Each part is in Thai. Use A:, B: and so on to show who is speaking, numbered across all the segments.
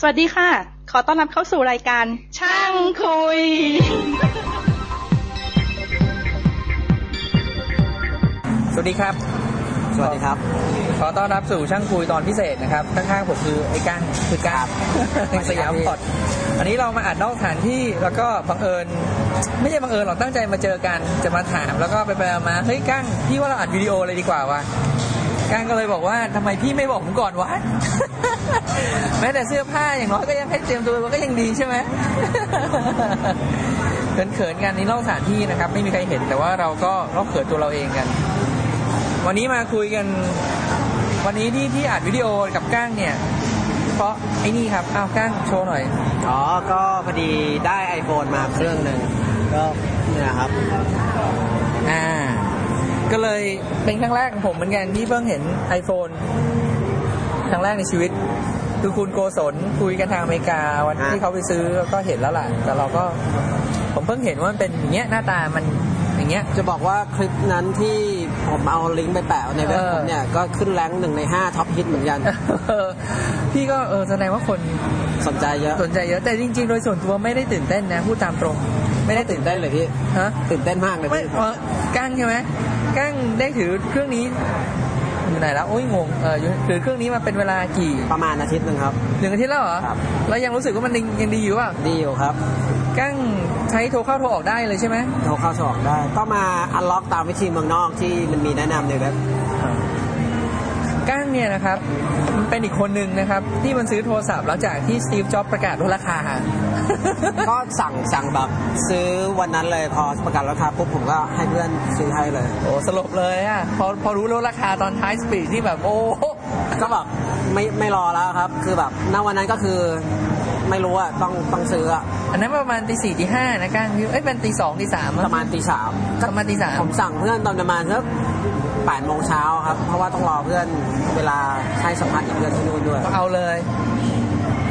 A: สวัสดีค่ะ ขอต้อนรับเข้าสู่รายการ ช่างคุย
B: สวัสดีครับ
C: สวัสดีครับ
B: ขอต้อนรับสู่ช่างคุยตอนพิเศษนะครับ ข้างๆผมคือไอ้กั้งคือกั้ง
C: ครับ
B: สยามพอดอันนี้เรามาอัดนอกสถานที่แล้วก็บังเอิญ ไม่ใช่บังเอิญหรอกตั้งใจมาเจอกันจะมาถามแล้วก็ไปไปมาเฮ้ยกั้งพี่ว่าเราอัดวิดีโอเลยดีกว่าวะกั้งก็เลยบอกว่าทำไมพี่ไม่บอกผมก่อน วะ แม้แต่เสื้อผ้าอย่างน้อยก็ยังให้เตรียมตัวมันก็ยังดีใช่ไหม เขินๆกันนี้นอกสถานที่นะครับ ไม่มีใครเห็นแต่ว่าเราก็เราเขินตัวเราเองกัน วันนี้มาคุยกัน วันนี้ที่ที่อัดวิดีโอกับก้างเนี่ย เพราะไอ้นี่ครับอ้าวก้างโชว์หน่อย
C: อ๋อ ก็พอดีได้ iPhone มาเครื่องหนึ่งก็เนี่ยครับ
B: อ่า ก็เลยเป็นครั้งแรกของผมเหมือนกันที่เพิ่งเห็น iPhone ครั้งแรกในชีวิต คือคุณโกศลคุยกันทางอเมริกาวัน
C: ฮะ
B: ที่เขาไปซื้อแล้วก็เห็นแล้วล่ะ แต่เราก็ผมเพิ่งเห็นว่ามันเป็นอย่างเงี้ยหน้าตามันอย่างเงี้ ย
C: จะบอกว่าคลิปนั้นที่ผมเอาลิงก์ไปแปะในเว็บผมเนี่ย ก็ขึ้นแรงค์หนึ่งใน 5 ท็อปฮิตเหมือนกัน
B: เออพี่ก็เออแสดงว่าคน
C: สนใจเยอะ
B: สนใจเยอะแต่จริง ๆ โดยส่วนตัวไม่ได้ตื่นเต้นนะพูดตามตรง ไม่ได้ตื่น
C: ตื่นเต้นเลยพี่
B: ฮะ
C: ตื่นเต้นมากเลย
B: ไม่
C: พี่
B: เออกั้งใช่ไหมกั้งได้ถือเครื่องนี้อยู่ไหนแล้วโอ้ยงงเอออยู่ถือเครื่องนี้มาเป็นเวลากี่
C: ประมาณอาทิตย์หนึ่งครับ
B: หนึ่งอาทิตย์แล้วเหรอ
C: ครับ
B: แล้วยังรู้สึกว่ามันยังยังดีอยู่อ่ะ
C: ดีอยู่ครับ
B: กั้งใช้โทรเข้าโทรออกได้เลยใช่ไหม
C: โทรเข้าโทรออกได้ ก็มาอันล็อกตามวิธีเมืองนอกที่มันมีแนะนำในเว็บ
B: กั้งเนี่ยนะครับมันเป็นอีกคนหนึ่งนะครับ ที่มันซื้อโทรศัพท์หลังจากที่สตีฟจ็อบประกาศ ลดราคา
C: ก็สั่งสั่งแบบซื้อวันนั้นเลยพอประกาศราคาปุ๊บผมก็ให้เพื่อนซื้อให้เลย
B: โอ้สลบเลยอ่ะพอพอรู้ลดราคาตอนท้ายสปีดที่แบบโอ้
C: ก็แบบไม่ไม่รอแล้วครับ คือแบบณวันนั้นก็คือไม่รู้อะต้องต้องซื้ออะ
B: อันนั้นประมาณตีสี่ตีห้านะกั้งเอ้ยเป็นตีสองตีสาม
C: ประมาณตีสาม
B: ประมาณตีสาม
C: ผมสั่งเพื่อนตอนประมาณสักแปดโมงเช้าครับ เพราะว่าต้องรอเพื่อนเวลาให้สัมภาษณ์กับเพื่อนที่นู่นด้วย
B: เอาเลย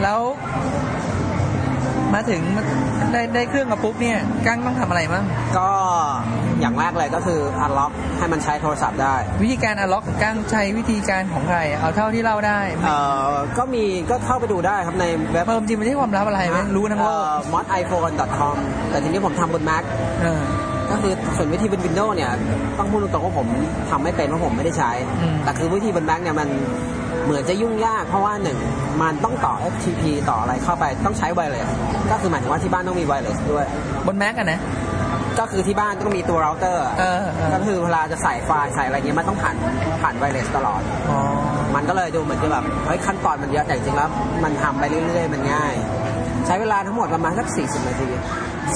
B: แล้ว มาถึงได้ได้เครื่องมาปุ๊บเนี่ยกั้งต้องทำอะไรบ้าง
C: ก็อย่างแรกเลยก็คืออันล็อกให้มันใช้โทรศัพท์ได้
B: วิธีการอ n ล็อกของกั้งใช้วิธีการของใคร เอาเท่าที่เล่าได้
C: เอ่อก็มีก็เข้าไปดูได้ครับในเว็บ
B: เพิ่มจริงมันไม่ใช่ความลับอะไรไหมรู้ทั้งโลก
C: มอดไอโฟน .com แต่ทีนี้ผมทำบน Mac
B: เออ
C: ก็คือส่วนวิธีบนวินโดว์เนี่ยต้องพูดตรงๆว่าผมทำไม่เป็นเพราะผมไม่ได้ใช้
B: อืม
C: แต่คือวิธีบนแบงค์เนี่ยมันเหมือนจะยุ่งยากเพราะว่าหนึ่งมันต้องต่อ FTP ต่ออะไรเข้าไปต้องใช้ไวเลสก็คือหมายถึงว่าที่บ้านต้องมีไวเลสด้วย
B: บนแม็กอะนะ
C: ก็คือที่บ้านต้องมีตัวเราเตอร์
B: เออเออ
C: ก็คือเวลาจะใส่ไฟล์ใส่อะไรเงี้ยมันต้องผ่านผ่านไวเลสตลอด
B: อ๋อ
C: มันก็เลยดูเหมือนจะแบบเฮ้ยขั้นตอนมันเยอะแต่จริงๆแล้วมันทำไปเรื่อยๆ มันง่าย ใช้เวลาทั้งหมดประมาณสัก40 นาที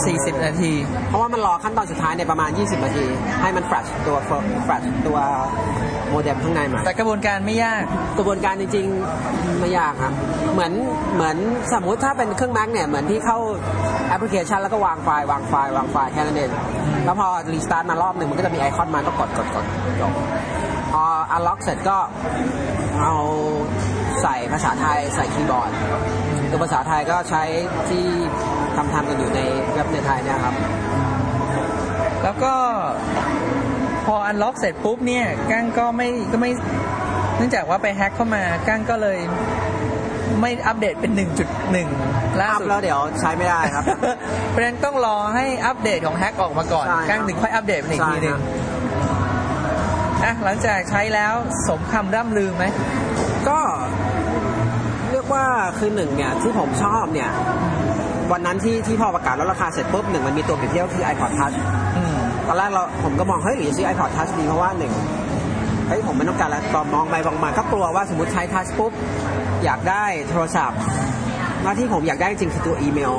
B: สี่สิบนาที
C: เพราะว่ามันรอขั้นตอนสุดท้ายในยประมาณ 20 นาที ให้มันแฟลชตัวแฟลชตัวโมเด็มข้างในมา
B: แต่กระบวนการไม่ยาก
C: กระบวนการจริงๆไม่ยากครับ เหมือนเหมือนสมมุติถ้าเป็นเครื่อง Mac เนี่ยเหมือนที่เข้าแอปพลิเคชันแล้วก็วางไฟล์วางไฟล์วางไฟล์แค่นั้นเองแล้วพอรีสตาร์ทมารอบหนึ่งมันก็จะมีไอคอนมาก็กดกดกดจบพออัลล็อกเสร็จก็เอาใส่ภาษาไทยใส่คีย์บอร์ดตัวภาษาไทยก็ใช้ที่ทำทำกันอยู่ในเว็บในไทยเนะครับ
B: แล้วก็ พออันล็อกเสร็จปุ๊บเนี่ยกั้งก็ไม่ก็ไม่เนื่องจากว่าไปแฮ็กเข้ามากั้งก็เลย ไม่อัปเดตเป็น 1.1ล่า
C: อัพ
B: สุด
C: แล้วเดี๋ยวใช้ไม่ได้ครับ
B: เพราะฉะนั้นต้องรอให้อัปเดตของแฮกออกมาก่อน
C: ใช่ครับ
B: กั้งถึงค่อยอัปเดตเป็นอีก
C: ใช่
B: ทีหนึ่ง
C: ครับ
B: อ่ะหลังจากใช้แล้วสมคำร่ำลือไหม
C: ก็เรียกว่าคือหนึ่งเนี่ยที่ผมชอบเนี่ย วันนั้นที่ที่พอประกาศลดราคาเสร็จปุ๊บหนึ่งมันมีตัวเปรียบเทียบคือ iPod Touch
B: อืม
C: ตอนแรกเราผมก็มองเฮ้ยหรือซื้อ iPod Touch ดีเพราะว่าหนึ่งเฮ้ยผมไม่ต้องการแล้วตอนมองไปมองมาก็กลัวว่าสมมติใช้ Touch ปุ๊บ อยากได้โทรศัพท์ หน้าที่ผมอยากได้จริงๆคือตัวอีเมล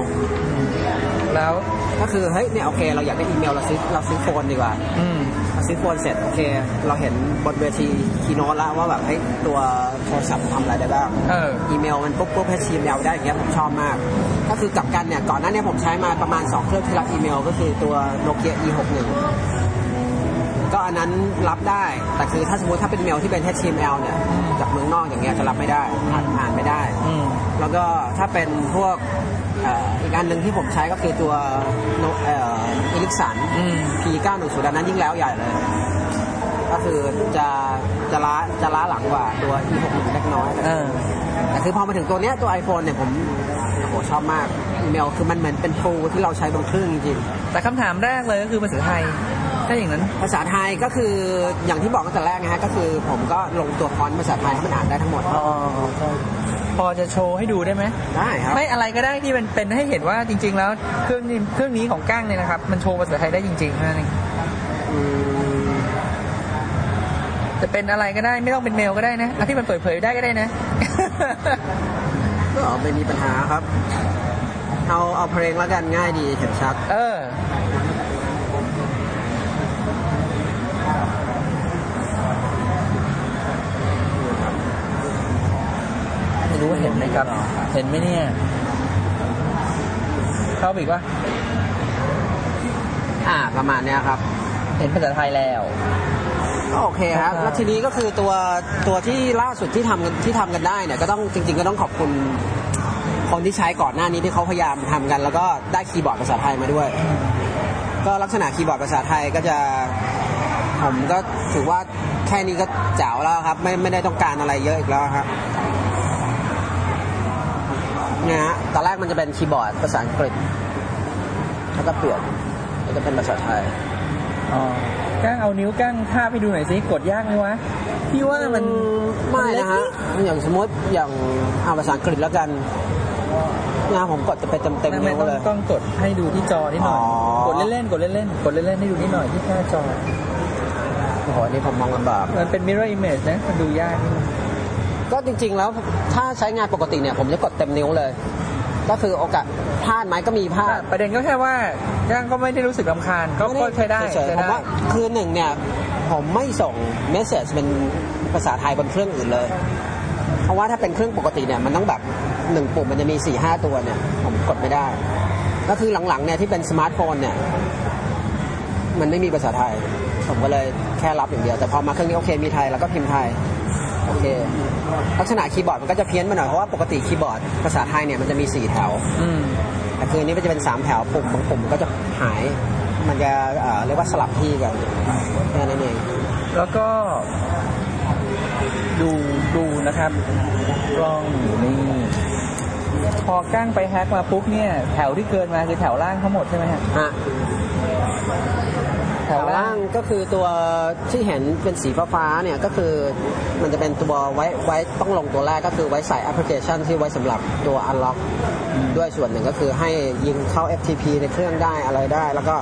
B: แล้ว
C: ก็คือเฮ้ยเนี่ยโอเค เราอยากได้อีเมลเราซื้อเราซื้อโฟนดีกว่า
B: อืม
C: ซื้อโฟนเสร็จโอเค เราเห็นบนเวทีคีโนตแล้วว่าแบบเฮ้ยตัวโทรศัพท์ทำอะไรได้บ้าง
B: เออ
C: อีเมลมันปุ๊บปุ๊บ HTML ได้อย่างเงี้ยผมชอบมาก ก็คือกลับกันเนี่ย ก่อนหน้าเนี้ผมใช้มาประมาณ 2 เครื่องที่รับอีเมล ก็คือตัว Nokia E61 ก็อันนั้นรับได้ แต่คือถ้าสมมติถ้าเป็นเมลที่เป็น HTML เนี่ยจากเมืองนอกอย่างเงี้ยจะรับไม่ได้อ่านอ่านไม่ได้
B: อืม
C: แล้วก็ถ้าเป็นพวกเอ่ออีกอันหนึ่งที่ผมใช้ก็คือตัวโนเอ่อลิกสัน
B: อืม
C: P910 อันนั้นยิ่งแล้วใหญ่เลย ก็คือจะจะล้าจะล้าหลังกว่าตัว e 6 1เล็กน้อย
B: เออ
C: แต่คือพอมาถึงตัวเนี้ยตัว iPhone เนี่ยผมโอ้โหชอบมากอีเมลคือมันเหมือนเป็นโปรที่เราใช้บนเครื่องจริงๆ
B: แต่คำถามแรกเลยก็คือภาษาไทย ถ้าอย่างนั้น
C: ภาษาไทยก็คืออย่างที่บอกตั้งแต่แรกนะฮะก็คือผมก็ลงตัวฟอนต์ภาษาไทยให้มันอ่านได้ทั้งหมด
B: อ๋อ พอจะโชว์ให้ดูได้ไหม
C: ได้ครับ
B: ไม่อะไรก็ได้ที่มันเป็นให้เห็นว่าจริง ๆ แล้วเครื่องนี้เครื่องนี้ของก้างเนี่ยนะครับ มันโชว์ภาษาไทยได้จริงๆนั่นเอง
C: อืม
B: จะเป็นอะไรก็ได้ไม่ต้องเป็นเมลก็ได้นะเอาที่มันเปิดเผยได้ก็ได้นะ
C: ก็ไม่มีปัญหาครับ เอาเอาเพลงแล้วกันง่ายดีเห็นชัด
B: เออ ไม่รู้ว่าเห็นไหมครับ เห็นไหมเนี่ย เข้าไปอีกว่า
C: อ่าประมาณเนี้ยครับ
B: เห็นภาษาไทยแล้ว
C: ก็โอเคค
B: ครั
C: รับ
B: บ
C: แล้วทีนี้ก็คือตัวตัวที่ล่าสุดที่ทำกันที่ทำกันได้เนี่ยก็ต้องจริง ๆ ก็ต้องขอบคุณคนที่ใช้ก่อนหน้านี้ที่เขาพยายามทำกัน แล้วก็ได้คีย์บอร์ดภาษาไทยมาด้วย ก็ลักษณะคีย์บอร์ดภาษาไทยก็จะผมก็ถือว่าแค่นี้ก็เจ๋วแล้วครับ ไม่ไม่ได้ต้องการอะไรเยอะอีกแล้วครับเนี่ยฮะตอนแรกมันจะเป็นคีย์บอร์ดภาษาอังกฤษแล้วก็เปลี่ยนแล้วก็เป็นภาษาไทย
B: อ๋อก้างเอานิ้วก้างทาบให้ดูหน่อยสิกดยากไหมวะ พี่ว่ามัน
C: ไม่นะฮะอย่างสมมติอย่างเอาภาษาอังกฤษแล้วกันงานผมกดจะไปเต็ม
B: มั
C: เต็
B: น
C: ม
B: เล็กนิด
C: นิ้ว
B: ไม่
C: เล
B: ต้อย งต้องกดให้ดูที่จอนิดหน่อย
C: อ๋อ
B: กดเล่นๆ กดเล่นๆ กดเล่นๆ ให้ดูนิดหน่อยที่หน้าจอ
C: โอ้โหอันนี่ผมมองลำบาก
B: มันเป็น mirror image นะ มันดูยากนิดนึง
C: ก็จริง ๆ แล้วถ้าใช้งานปกติเนี่ย ผมจะกดเต็มนิ้วเลย ก็คือโอกาสพลาดไหมก็มีพลาด
B: ประเด็นก็แค่ว่าก้างก็ไม่ได้รู้สึกลำคาญ ก็ก็ใช้ได้
C: เฉย
B: ใช้
C: ๆผม
B: ได้
C: ว่าคือหนึ่งเนี่ย ผมไม่ส่งเมสเซจเป็นภาษาไทยบนเครื่องอื่นเลย เพราะว่าถ้าเป็นเครื่องปกติเนี่ยมันต้องแบบหนึ่งปุ่มมันจะมี4ี่ห้าตัวเนี่ย ผมกดไม่ได้ ก็คือหลังๆเนี่ยที่เป็นสมาร์ทโฟนเนี่ย มันไม่มีภาษาไทย ผมก็เลยแค่รับอย่างเดียว แต่พอมาเครื่องนี้โอเคมีไทยแล้วก็พิมพ์ไทย โอเค ลักษณะคีย์บอร์ดมันก็จะเพี้ยนไปหน่อย เพราะว่าปกติคีย์บอร์ดภาษาไทยเนี่ยมันจะมี 4 แถว
B: อืม
C: แต่คืนนี้มันจะเป็น 3 แถวปุ่มบางปุ่มมันก็จะหาย มันจะเอ่อเรียกว่าสลับที่กันแค่นั้นเอง
B: แล้วก็ ดูดูนะครับกล้องอยู่นี่ พอก้างไปแฮกมาปุ๊บเนี่ย แถวที่เกินมาคือแถวล่างทั้งหมดใช่ไหมฮะ
C: ฮะ
B: แถ
C: แถ
B: ว
C: ว
B: ล่า
C: ล่าง งก็คือตัวที่เห็นเป็นสีฟ้าๆเนี่ยก็คือมันจะเป็นตัวไว้ไว้ต้องลงตัวแรกก็คือไว้ใส่แอปพลิเคชันที่ไว้สำหรับตัว Unlock ด้วยส่วนหนึ่งก็คือให้ยิงเข้า FTP ในเครื่องได้อะไรได้ แล้วก็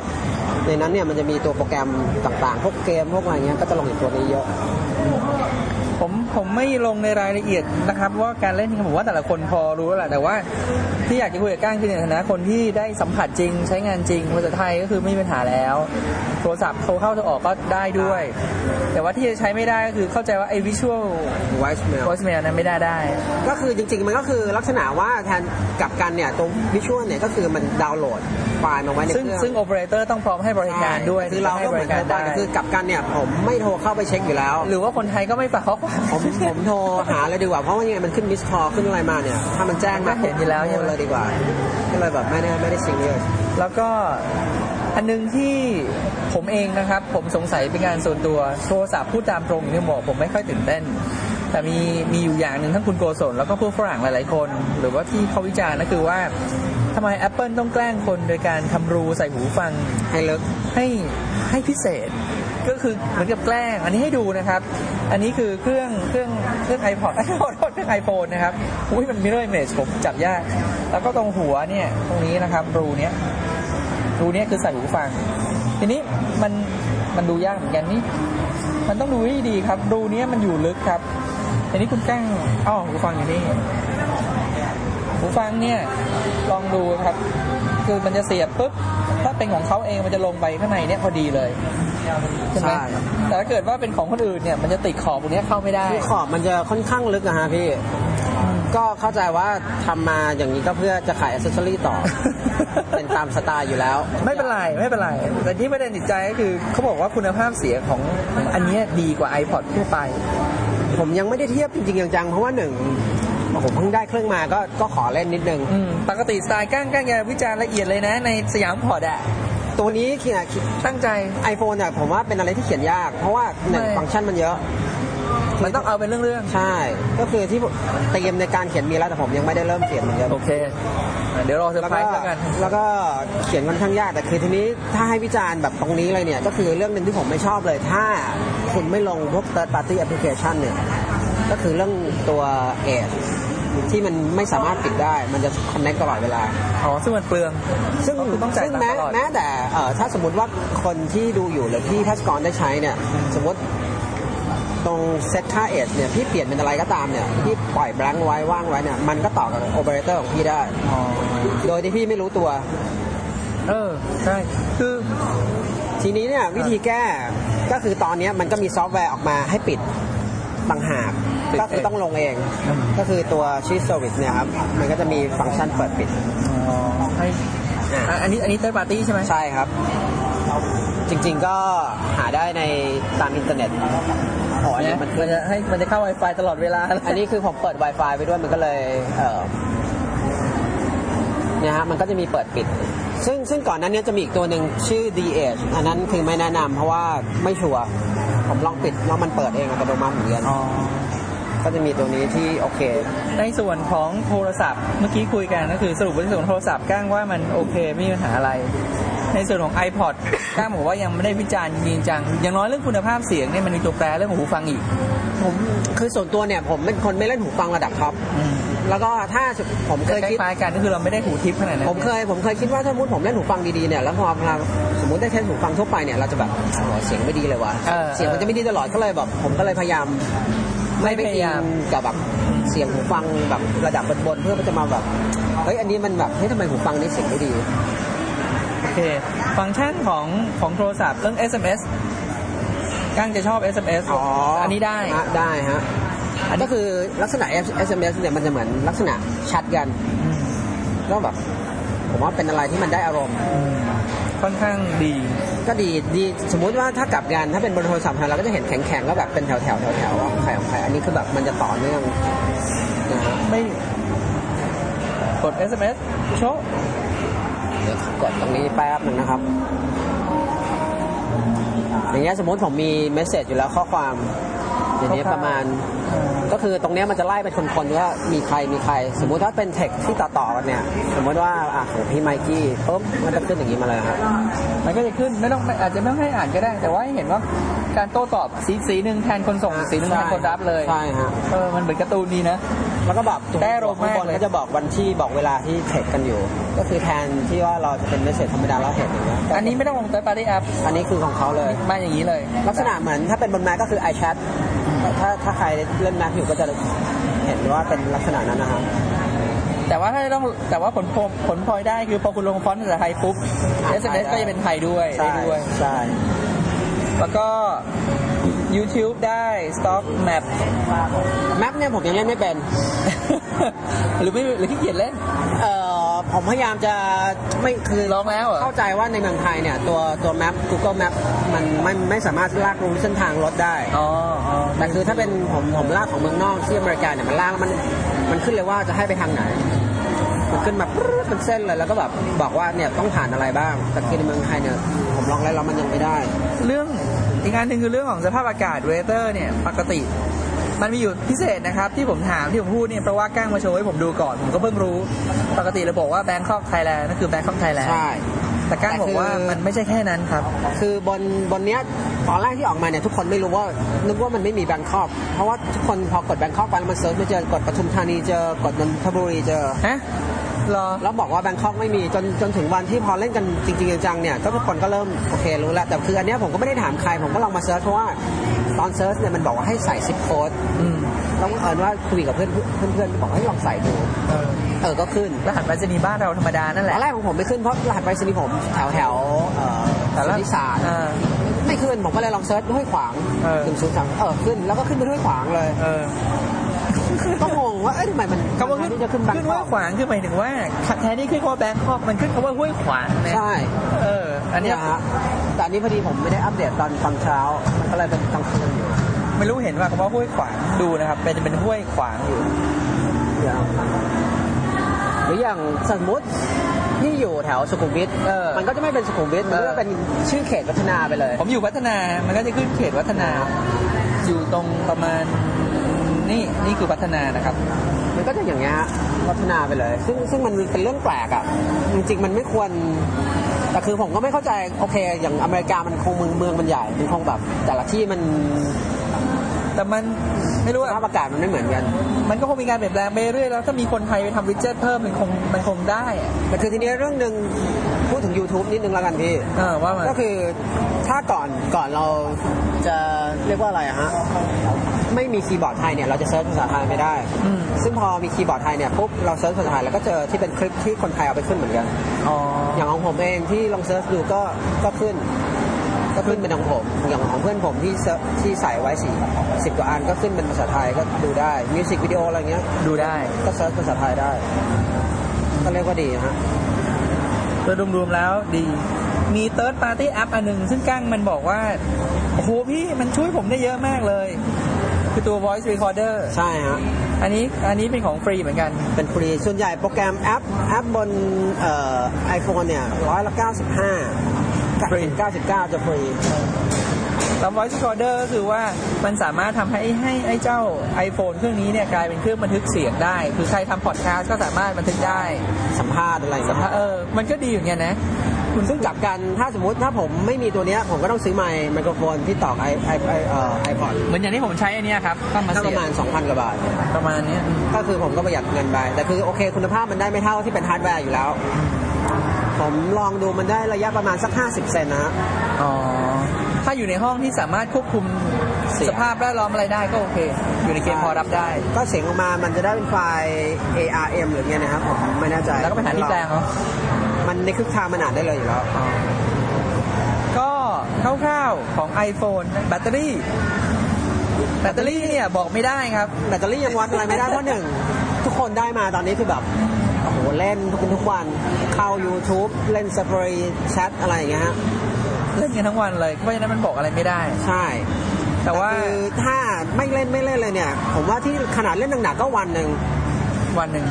C: ในนั้นเนี่ยมันจะมีตัวโปรแกรมต่างๆ พวกเกมพวกอะไรเงี้ยก็จะลงอยู่ตัวนี้เยอะ
B: ผมผมไม่ลงในรายละเอียดนะครับ ว่าการเล่นผมว่าแต่ละคนพอรู้แล้วแหละแต่ว่าที่อยากจะคุยกับก้างคือในฐานะคนที่ได้สัมผัสจริง ใช้งานจริงภาษาไทยก็คือไม่มีปัญหาแล้ว โทรศัพท์โทรเข้าโทรออกก็ได้ด้วย แต่ว่าที่จะใช้ไม่ได้ก็คือเข้าใจว่าไอ้วิชวล
C: Voice Mail
B: โ i ส e ม a นั้นไม่ได้ได้
C: ก็คือจริงๆ มันก็คือลักษณะว่าแทนกลับกันเนี่ยตรงวิชวลเนี่ยก็คือมันดาวน์โหลดไฟล์มาไว้ใน
B: ซึ่ง
C: เครื่อง
B: ซึ่งโอเปอเรเตอร์ต้องพร้อมให้บริการด้วย
C: ใช่คือเราก็เหมือนกันแต่คือกลับกันเนี่ยผมไม่โทรเข้าไปเช็คอยู่แล้ว
B: หรือว่าคนไทยก็ไม่ฝากข้อความ
C: ผมผมโทรหาเลยดีกว่า เพราะว่ายังไงมันขึ้นมิสคอลขึ้นอะไรมาเนี่ย ถ้ามันแจ้งมา
B: เห็นอยู่แล้วใช่ไหม
C: โทรเลยดีกว่าก็เลยแบบไม่ได้ไม่ได้ซีเรียส
B: แล้วก็อันหนึงที่ผมเองนะครับ ผมสงสัยเป็นการส่วนตัวโทรศัพท์พูดตามตรงอย่างที่ผมบอกผมไม่ค่อยตื่นเต้น แต่มีมีอยู่อย่างหนึ่งทั้งคุณโกศลแล้วก็พวกฝรั่งหลาย ๆ คน หรือว่าที่เขาวิจารณ์ก็คือว่าทำไม Apple ต้องแกล้งคนโดยการทำรูใส่หูฟัง
C: ให้เลิก
B: ให้ให้พิเศษก็คือเหมือนกับแกล้ง อันนี้ให้ดูนะครับ อันนี้คือเครื่องเครื่อง เครื่องไอพอดไอพอดเครื่องไอโฟนนะครับอุ้ยมันมิเรอร์เมจผมจับยาก แล้วก็ตรงหัวเนี่ยตรงนี้นะครับรูเนี้ยรูเนี้ยคือใส่หูฟัง ทีนี้มันมันดูยากเหมือนกันนี่มันต้องดูให้ดีครับ รูเนี้ยมันอยู่ลึกครับทีนี้คุณกั้งอ้อหูฟังอยู่นี่หูฟังเนี่ยลองดูครับ คือมันจะเสียบปุ๊บ ถ้าเป็นของเขาเองมันจะลงไปข้างในเนี่ยพอดีเลยใช่ไหม
C: ใช่
B: แต่ถ้าเกิดว่าเป็นของคนอื่นเนี่ยมันจะติดขอบตรงเนี้ยเข้าไม่ได้
C: คือขอบมันจะค่อนข้างลึกนะฮะพี่ ก็เข้าใจว่าทำมาอย่างนี้ก็เพื่อจะขายอ c เซสซอรี่ต่อ เป็นตามสไตล์อยู่แล้ว
B: ไม่เป็นไรไม่เป็นไร แต่ที่ประเด็นติดใจก็คือเขาบอกว่าคุณภาพเสียงของอันเนี้ยดีกว่า iPod ทั่วไป
C: ผมยังไม่ได้เทียบจริงๆจังๆ เพราะว่าหนึ่งผมเพิ่งได้เครื่องมาก็ก็ขอเล่นนิดนึง
B: อืมปกติสไตล์ก้างก้างแกวิจารณ์ละเอียดเลยนะ ในสยามพอร์ตอะ
C: ตัวนี้เนี่ย
B: ตั้งใจ
C: iPhone เนี่ยผมว่าเป็นอะไรที่เขียนยาก เพราะว่าหนึ่ง
B: ไม่
C: ฟังก์ชันมันเยอะ
B: มันต้องเอาเป็นเรื่อง
C: ใช่ ก็คือที่ผมเตรียมในการเขียนมีแล้วแต่ผมยังไม่ได้เริ่มเขียนมันเยอะ
B: ๆโอเคอ่ะเดี๋ยวรอเซอร์ไพรส์แล้วกัน
C: แล้วก็เขียนค่อนข้างยากแต่คือทีนี้ถ้าให้วิจารณ์แบบตรงนี้เลยเนี่ย ก็คือเรื่องหนึ่งที่ผมไม่ชอบเลย ถ้าคุณไม่ลงพวก third party application เนี่ย ก็คือเรื่องตัวเอทที่มันไม่สามารถปิดได้ มันจะ connect ตลอดเวลา
B: อ๋อซึ่งมันเปลือง
C: ซึ่ง
B: ก็คือต้องจ่าย
C: ซึ่ง
B: ตังค์
C: แม้
B: ตลอด
C: แม้แต่เอ่อถ้าสมมติว่าคนที่ดูอยู่หรือที่ทัศกรได้ใช้เนี่ย สมมติตรงเซตค่าเอจเนี่ยพี่เปลี่ยนเป็นอะไรก็ตามเนี่ยพี่ปล่อยแบงค์ไว้ว่างไว้เนี่ยมันก็ต่อกับโอเปอเรเตอร์ของพี่ได้
B: อ๋อ
C: โดยที่พี่ไม่รู้ตัว
B: เออใช่คือ
C: ทีนี้เนี่ยวิธีแก้ก็คือตอนเนี้ยมันก็มีซอฟต์แวร์ออกมาให้ปิดต่างหากก็คือต้องลงเอง ก็คือตัวชื่อเซอร์วิสเนี่ยครับมันก็จะมีฟังก์ชันเปิดปิด
B: อ๋อให้อ่ะอันนี้อันนี้เตอร์ปาร์ตี้ใช่ไหม
C: ใช่ครับ จริงๆก็หาได้ในตามอินเทอร์เน็ตอ๋ออันนี้
B: เนี่ย
C: มัน
B: มันจะให้มันจะเข้า Wi-Fi ตลอดเวลา
C: อันนี้คือผมเปิด Wi-Fi ไปด้วยมันก็เลยเอ่อเนี่ยฮะมันก็จะมีเปิดปิด ซึ่งซึ่งก่อนหนั้นเนี่ยจะมีอีกตัวหนึ่งชื่อ DH อันนั้นคือไม่แนะนำเพราะว่าไม่ชัวร์ผมลองปิดแล้วมันเปิดเองอัตโนมัติเหมือนกัน
B: อ๋อ
C: ก็จะมีตัวนี้ที่โอเค
B: ในส่วนของโทรศัพท์ เมื่อกี้คุยกันก็คือสรุปว่าในส่วนของโทรศัพท์ก้างว่ามันโอเคไม่มีปัญหาอะไร ในส่วนของ iPod ก้างบอกว่ายังไม่ได้วิจารณ์จริงจังอย่างน้อยเรื่องคุณภาพเสียงเนี่ยมันมีตัวแปรเรื่องของหูฟังอีก
C: ผมคือส่วนตัวเนี่ยผมเป็นคนไม่เล่นหูฟังระดับท็อป
B: อืม
C: แล้วก็ถ้าผมเค
B: แต่
C: ย
B: ค
C: คิด
B: ล้ายๆกันก็คือเราไม่ได้หูทิพย์ขนาดนั้น
C: ผมเคยผมเคยคิดว่าถ้าสมมุติผมเล่นหูฟังดีๆเนี่ยแล้วพอพลังสมมติได้แค่หูฟังทั่วไปเนี่ยเราจะแบบโอ้โหเสียงไม่ดีเลยวะ
B: ออ
C: เสียงมันจะไม่ดีตลอดก็เลยแบบผมก็เลยพยายามไม่ไป
B: ไม่พ
C: อิ
B: ยายาม
C: นกับแบบเสียงหูฟังแบบระดับบนๆเพื่อจะมาแบบเฮ้ยอันนี้มันแบบเฮ้ยทำไมหูฟังนี้เสียงไม่ดี
B: โอเค ฟังก์ชันของของโทรศัพท์เรื่อง SMS ก้างจะชอบ SMS อันนี้ได้
C: ฮะได้ฮะ
B: อันนี้
C: ก็คือลักษณะ SMS เนี่ยมันจะเหมือนลักษณะแชัดกัน
B: อืม
C: ก็แบบผมว่าเป็นอะไรที่มันได้อารมณ์
B: อืมค่อนข้างดี
C: ก็ดีดีสมมุติว่าถ้ากลับกันถ้าเป็นบนโทรศัพท์เราก็จะเห็นแข็งๆก็แบบเป็นแถวๆแถวๆว่าของใครของใครอันนี้คือแบบมันจะต่อเนื่องนะฮะ
B: ไม่กด SMS โชว์
C: เดี๋ยวกดตรงนี้แป๊บหนึ่งนะครับ อย่างเงี้ยสมมติผมมีเมสเซจอยู่แล้วข้อความอย่างเงี้ยประมาณ ก็คือตรงเนี้ยมันจะไล่เป็นคนๆว่ามีใครมีใคร สมมุติถ้าเป็นเทคที่ต่อต่อๆกันเนี่ยสมมติว่าอ่ะของพี่ไมค์กี้ปุ๊บมันจะขึ้นอย่างนี้มาเลยครับ
B: มันก็จะขึ้นไม่ต้องไม่อาจจะไม่ต้องให้อ่านก็ได้ แต่ว่าให้เห็นว่าการโต้ตอบสีสีหนึ่งแทนคนส่งสีหนึ่งแทนคนรับเลย
C: ใช่ฮะ
B: เออมันเหมือนการ์ตูนดีนะ
C: แล้วก็แบบ
B: แต่โรแม
C: ข้าน ง
B: ต์
C: บน
B: เลย
C: ก็จะบอกวันที่บอกเวลาที่เทคกันอยู่ ก็คือแทนที่ว่าเราจะเป็นเมสเซจธรรมดาเราเห็นอย่างเงี้ย
B: อันนี้ไม่ต้องลงแต่ปาร์ตี้แอป
C: อันนี้คือของเขาเลย
B: มาอย่างนี้เลย
C: ลักษณะเหมือนถ้าเป็นบนแม c ก็คือ iChat ถ้าถ้าใครเล่นแม c อยู่ก็จะเห็นว่าเป็นลักษณะนั้นนะครับ
B: แต่ว่าถ้าจะต้องแต่ว่าผลพวงผลพลอยได้คือพอคุณลงฟอนต์ภาษาไทยปุ๊บ SMS ก็จะเป็นไทยด้วยได้ด้วย
C: ใช่
B: แล้วก็ YouTube ได้ Stock Map
C: แมปเนี่ยผมยังเล่นไม่เป็น
B: หรือไม่หรือที่เกียจเล่น
C: เอ่อผมพยายามจะไม่คือ
B: ร้องแล้วเหรอ
C: เข้าใจว่าในเมืองไทยเนี่ย ตัวตัวแมป Google Map มันไม่ไม่สามารถลากรู้เส้นทางรถได้
B: อ๋ออ๋อ
C: แต่คือถ้าเป็นผมผมลากของเมืองนอกที่อเมริกาเนี่ยมันลากแล้วมันมันขึ้นเลยว่าจะให้ไปทางไหน มันขึ้นมาปรึ๊ดเป็นเส้นเลยแล้วก็แบบบอกว่าเนี่ยต้องผ่านอะไรบ้าง แต่คือในเมืองไทยเนี่ยผมลองแล้วแล้วมันยังไม่ได้
B: เรื่องอีกงานหนึ่งคือเรื่องของสภาพอากาศเวเตอร์เนี่ยปกติ มันมีอยู่พิเศษนะครับ ที่ผมถามที่ผมพูดเนี่ยเพราะว่าก้างมาโชว์ให้ผมดูก่อน ผมก็เพิ่งรู้ ปกติเราบอกว่าแบงคอกไทยแลนด์นั่นคือแบงคอกไทยแลนด์
C: ใช่
B: แต่ก้างบอกว่ามันไม่ใช่แค่นั้นครับ
C: คือบนบนเนี้ยตอนแรกที่ออกมาเนี่ยทุกคนไม่รู้ว่านึกว่ามันไม่มีแบงคอกเพราะว่าทุกคนพอกดแบงคอกไปแล้วมันเซิร์ชไม่เจอกดปทุมธานีเจอกดนนทบุรีเจอ
B: ฮะรอ
C: แล้วบอกว่าแบงคอกไม่มีจนจนถึงวันที่พอเล่นกันจริงๆจังๆเนี่ยก็ทุกคนก็เริ่มโอเครู้แล้วแต่คืออันเนี้ยผมก็ไม่ได้ถามใครผมก็ลองมาเซิร์ชเพราะว่าตอนเซิร์ชเนี่ยมันบอกว่าให้ใส่ซิปโค้ด
B: อืม
C: แล้วบังเอิญว่าคุยกับเพื่อนเพื่อนๆบอกให้ลองใส่ดู
B: เออ
C: เออก็ขึ้น
B: รหัสไปรษณีย์บ้านเราธรรมดานั่นแห
C: ต
B: ละ
C: อนแรกของผมไม่ขึ้นเพราะรหัสไปรษณีย์ผมแถวแถวๆเอ่อ
B: แต่ละ
C: นิสาน
B: เออ
C: ไม่ขึ้นผมก็เลยลองเซิร์ชห้วยขวาง
B: เออ
C: ถึงศูนย์สามเออขึ้นแล้วก็ขึ้นไปห้วยขวางเลย
B: เออ
C: ก็งงว่าเอ้ยทำไมมัน
B: คำว่าขึ้น
C: ที่
B: ขึ้
C: จะขึ้น
B: น
C: แบงค
B: ห้ว
C: อย ก
B: ขวางคือหมายถึงว่าแทนที่ขึ้นคำว่าแบงคอกมันขึ้นคำว่าห้วยขวางนะ
C: ใช่
B: เออ อันเนี้
C: เนี่ย ยฮะแต่อันนี้พอดีผมไม่ได้อัปเดตตอนตอนเช้า มันก็เลยเป็นกลางคืนอยู่
B: ไม่รู้เห็นว่าคำว่าห้วยขวางดูนะครับเป็นเป็นห้วยขวางอยู่
C: เดี๋ยวหรืออย่างสมมติ พี่อยู่แถวสุขุมวิท
B: เออ
C: มันก็จะไม่เป็นสุขุมวิทมันก็
B: เออ
C: จะเป็นชื่อเขตพัฒนาไปเลย
B: ผมอยู่วัฒนา มันก็จะขึ้นเขตวัฒนา อยู่ตรงประมาณนี่นี่คือวัฒนานะครับ
C: มันก็จะอย่างเงี้ยฮะพัฒนาไปเลย ซึ่งซึ่งมันเป็นเรื่องแปลกอ่ะ จริงๆ มันไม่ควร แต่คือผมก็ไม่เข้าใจ โอเค อย่างอเมริกามันคงเมืองเมืองมันใหญ่ มันคงแบบ แต่ละที่มัน
B: แต่มันไม่รู้
C: ส
B: อะ
C: ภาพอากาศมันไม่เหมือนกัน
B: มันก็คงมีการเปลี่ยนแปลงไปเรื่อยแล้วถ้ามีคนไทยไปทำวิดเจ็ตเพิ่มมันคงมันคงได้อะ
C: แต่คือทีเนี้ยเรื่องหนึ่งพูดถึง YouTube นิดนึงแล้วกันพี่
B: เออว่ามัน
C: ก็คือถ้าก่อนก่อนเราจะเรียกว่าอะไรอะฮะ ไม่มีคีย์บอร์ดไทยเนี่ยเราจะเซิร์ชภาษาไทยไม่ได้
B: อืม
C: ซึ่งพอมีคีย์บอร์ดไทยเนี่ยปุ๊บเราเซิร์ชภาษาไทยแล้วก็เจอที่เป็นคลิปที่คนไทยเอาไปขึ้นเหมือนกัน
B: อ๋อ
C: อย่างของผมเองที่ลองเซิร์ชดูก็ก็ขึ้น ก็ขึ้นเป็นของผมอย่างของเพื่อนผมที่เซิร์ชที่ใส่ไว้สี่สิบกว่าอันก็ขึ้นเป็นภาษาไทยก็ดูได้มิวสิกวิดีโออะไรเงี้ย
B: ดูได้
C: ก็เซิร์ชภาษาไทยได้ก็เรียกว่าดีฮะ
B: โดยรวมๆแล้วดี มีเติร์ดปาร์ตี้แอปอันหนึ่งซึ่งกั้งมันบอกว่า โอ้โหพี่มันช่วยผมได้เยอะมากเลย คือตัว voice recorder
C: ใช่ฮะ
B: อันนี้อันนี้เป็นของฟรีเหมือนกัน
C: เป็นฟรีส่วนใหญ่โปรแกรมแอปแอปบนเอ่อไอโฟนเนี่ยร้อยละเก้าสิบห้า
B: ฟรี
C: เก้าสิบเก้าจะฟรี
B: แล้ว voice recorder ก็คือว่ามันสามารถทำให้ให้ไอ้เจ้า iPhone เครื่องนี้เนี่ยกลายเป็นเครื่องบันทึกเสียงได้ คือใครทำ podcast ก็สามารถบันทึกได้
C: สัมภาษณ์อะไรสัมภาษณ์
B: เออ มันก็ดีอย่างเงี้ยนะ
C: คุณซึ่งกลับกันถ้าสมมติถ้าผมไม่มีตัวเนี้ยผมก็ต้องซื้อไมค์ไมโครโฟนที่ต่อไอไอไอเอ่อไอพอด
B: เหมือนอย่างที่ผมใช้อันเนี้ยครับ ต้องมา
C: ก็ป
B: เสีย
C: ระ
B: บ
C: มาณ 2,000กว่าบาท
B: ประมาณเนี้ย
C: ก็คือผมก็ประหยัดเงินไป แต่คือโอเคคุณภาพมันได้ไม่เท่าที่เป็นฮาร์ดแวร์อยู่แล้ว ผมลองดูมันได้ระยะประมาณสัก 50 เซนนะฮะ
B: อ๋อ ถ้าอยู่ในห้องที่สามารถควบคุม
C: เสียง
B: สภาพแวดล้อมอะไรได้ก็โอเค อยู่ในเกมพอรับได้
C: ก็เสียงออกมามันจะได้เป็นไฟล์ ARM หรือไงนะครับผมไม่แน่ใจ
B: แล้วก็ไปหาที่แปลงเอา
C: มันในคึกคามมันอ่านได้เลยอยู่แล้ว
B: ก็คร่าวๆของ iPhone แบตเตอรี่ แบตเตอรี่เนี่ยบอกไม่ได้ครับ
C: แบตเตอรี่ยังวัดอะไรไม่ได้เพราะหนึ่ง ทุกคนได้มาตอนนี้คือแบบ โอ้โห เล่นทุกคนทุกวัน เข้า YouTube เล่น Safari แชทอะไรอย่างเงี้ยฮะ
B: เล่นกันทั้งวันเลย เพราะฉะนั้นมันบอกอะไรไม่ได้
C: ใช่
B: แต่ว่า
C: คือถ้าไม่เล่นไม่เล่นเลยเนี่ย ผมว่าที่ขนาดเล่นหนักๆก็วันหนึ่ง
B: วันหนึ่ง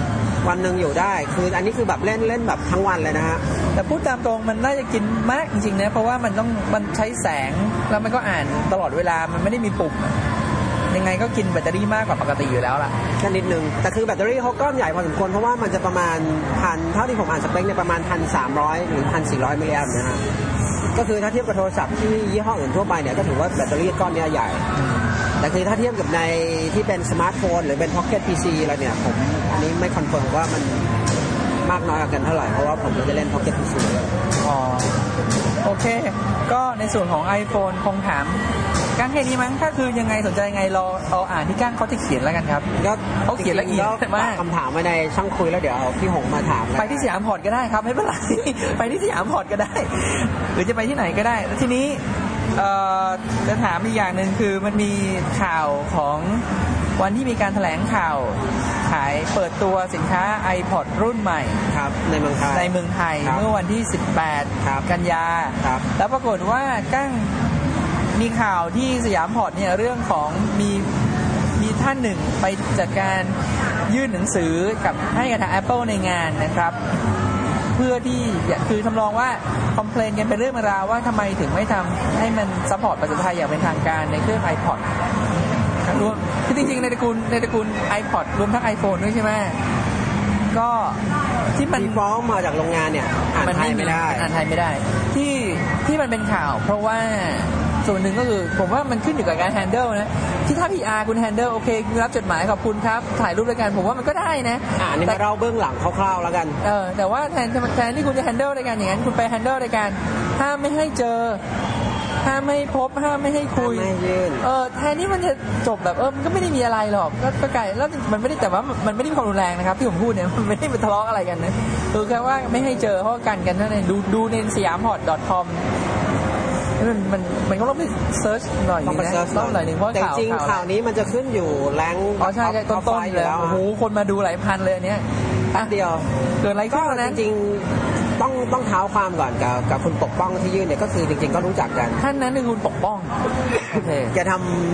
C: วันหนึ่งอยู่ได้ คืออันนี้คือแบบเล่นเล่นแบบทั้งวันเลยนะฮะ
B: แต่พูดตามตรงมันน่าจะกินมากจริงๆนะ เพราะว่ามันต้องมันใช้แสงแล้วมันก็อ่านตลอดเวลามันไม่ได้มีปุ่มอะยังไงก็กินแบตเตอรี่มากกว่าปกติอยู่แล้วล่ะ
C: แค่นิดนึง แต่คือแบตเตอรี่เขาก้อนใหญ่พอสมควร เพราะว่ามันจะประมาณพันเท่าที่ผมอ่านสเปคเนี่ยประมาณพันสามร้อยหรือพันสี่ร้อยมิลลิแอมป์นะฮะ ก็คือถ้าเทียบกับโทรศัพท์ที่ยี่ห้ออื่นทั่วไปเนี่ยก็ถือว่าแบตเตอรี่ก้อนเนี้ยใหญ่ แต่คือถ้าเทียบกับในที่เป็นสมาร์ทโฟนหรือเป็นพ็อกเก็ตพีซีอะไรเนี่ยผมอันนี้ไม่คอนเฟิร์มว่ามันมากน้อยกันเท่าไหร่ เพราะว่าผมไม่ได้เล่นพ็อกเก็ตพีซี
B: อ๋อ โอเค ก็ในส่วนของ iPhone คงถามก้างแค่นี้มั้งถ้าคือยังไงสนใจยังไงรอเอาอ่านที่ก้างเขาจะเขียนแล้วกันครับ
C: ก็
B: เขาเขียนละเอียด
C: จริงๆก็
B: มาก
C: ฝคำถามไว้ในช่างคุยแล้วเดี๋ยวเอาพี่หงมาถามนะ
B: ไปที่สยามพอร์ตก็ได้ครับไม่เป็นไร ไปที่สยามพอร์ตก็ได้ หรือจะไปที่ไหนก็ได้แล้วทีนี้เอ่อจะถามอีกอย่างหนึ่งคือมันมีข่าวของวันที่มีการแถลงข่าว ขายเปิดตัวสินค้า iPod รุ่นใหม่
C: ครับในเมืองไทย
B: ในเมืองไทย
C: ครับ
B: เมื่อวันที่
C: ครับ
B: 18 กันยา
C: ครับ
B: แล้วปรากฏว่ากั้งมีข่าวที่สยามพอร์ตเนี่ยเรื่องของมีมีท่านหนึ่งไปจัดการยื่นหนังสือกับให้กับทาง Apple ในงานนะครับ เพื่อที่อยากคือทำนองว่าคอมเพลนกันเป็นเรื่องเป็นราวว่าทำไมถึงไม่ทำให้มันซัพพอร์ตภาษาไทยอย่างเป็นทางการในเครื่อง iPod รวมคือจริงๆ ในตระกูลในตระกูล iPod รวมทั้ง iPhone ด้วยใช่ไหมก็ที่มัน
C: ที่ฟ้องมาจากโรงงานเนี่ยอ่านไทยไม่ได้
B: อ่านไทยไม่ได้ ที่ที่มันเป็นข่าว เพราะว่าส่วนหนึ่งก็คือผมว่ามันขึ้นอยู่กับการแฮนเดิลนะ ที่ถ้า PR คุณแฮนเดิลโอเคคุณรับจดหมายขอบคุณครับ ถ่ายรูปด้วยกันผมว่ามันก็ได้นะ
C: อ่านนี่
B: แต่
C: มาเล่าเบื้องหลังคร่าวๆแล้วกัน
B: เออแต่ว่าแทนแทนที่คุณจะแฮนเดิลในการอย่างนั้นคุณไปแฮนเดิลในการห้ามไม่ให้เจอห้ามไม่พบห้ามไม่ให้คุย
C: ห้ามไม่ให้ยื่น
B: เออแทนที่มันจะจบแบบเออมันก็ไม่ได้มีอะไรหรอกก็ก็ไกลแล้วมันไม่ได้แต่ว่ามันไม่ได้มีความรุนแรงนะครับที่ผมพูดเนี่ย มันไม่ได้ไปทะเลาะอะไรกันนะคือแค่ว่าไม่ให้เจอเพราะกันกันเท่านั้นเองดูดูในสยามพอร์ต .com มันมันมันก็ต้องไปเซิร์ชหน่อย
C: ต้องไป
B: นะ
C: เซิร์ช
B: ต้องหน่อยหนึ่งเพราะ
C: แต่
B: ข่าว
C: จริง
B: ข่าว
C: ข่าวนี้มันจะขึ้นอยู่แรง
B: อ๋อใช่ใช่ต้
C: ท็อน ป
B: ต้น
C: ไฟ
B: ๆ
C: อ
B: เล
C: ยู่
B: ย
C: แล้ว
B: โอ้โหคนมาดูหลายพันเลยอันเนี้ย
C: แป๊บเดียว
B: เกิดอะไร
C: ก็
B: ขึ้นวัน
C: จ
B: นั้น
C: ริงๆต้องต้องเท้าความก่อนกับกับคุณปกป้องที่ยื่นเนี่ยก็คือจริงๆก็รู้จักกัน
B: ท่านนั้นคือคุณปกป้องโอเค
C: จะท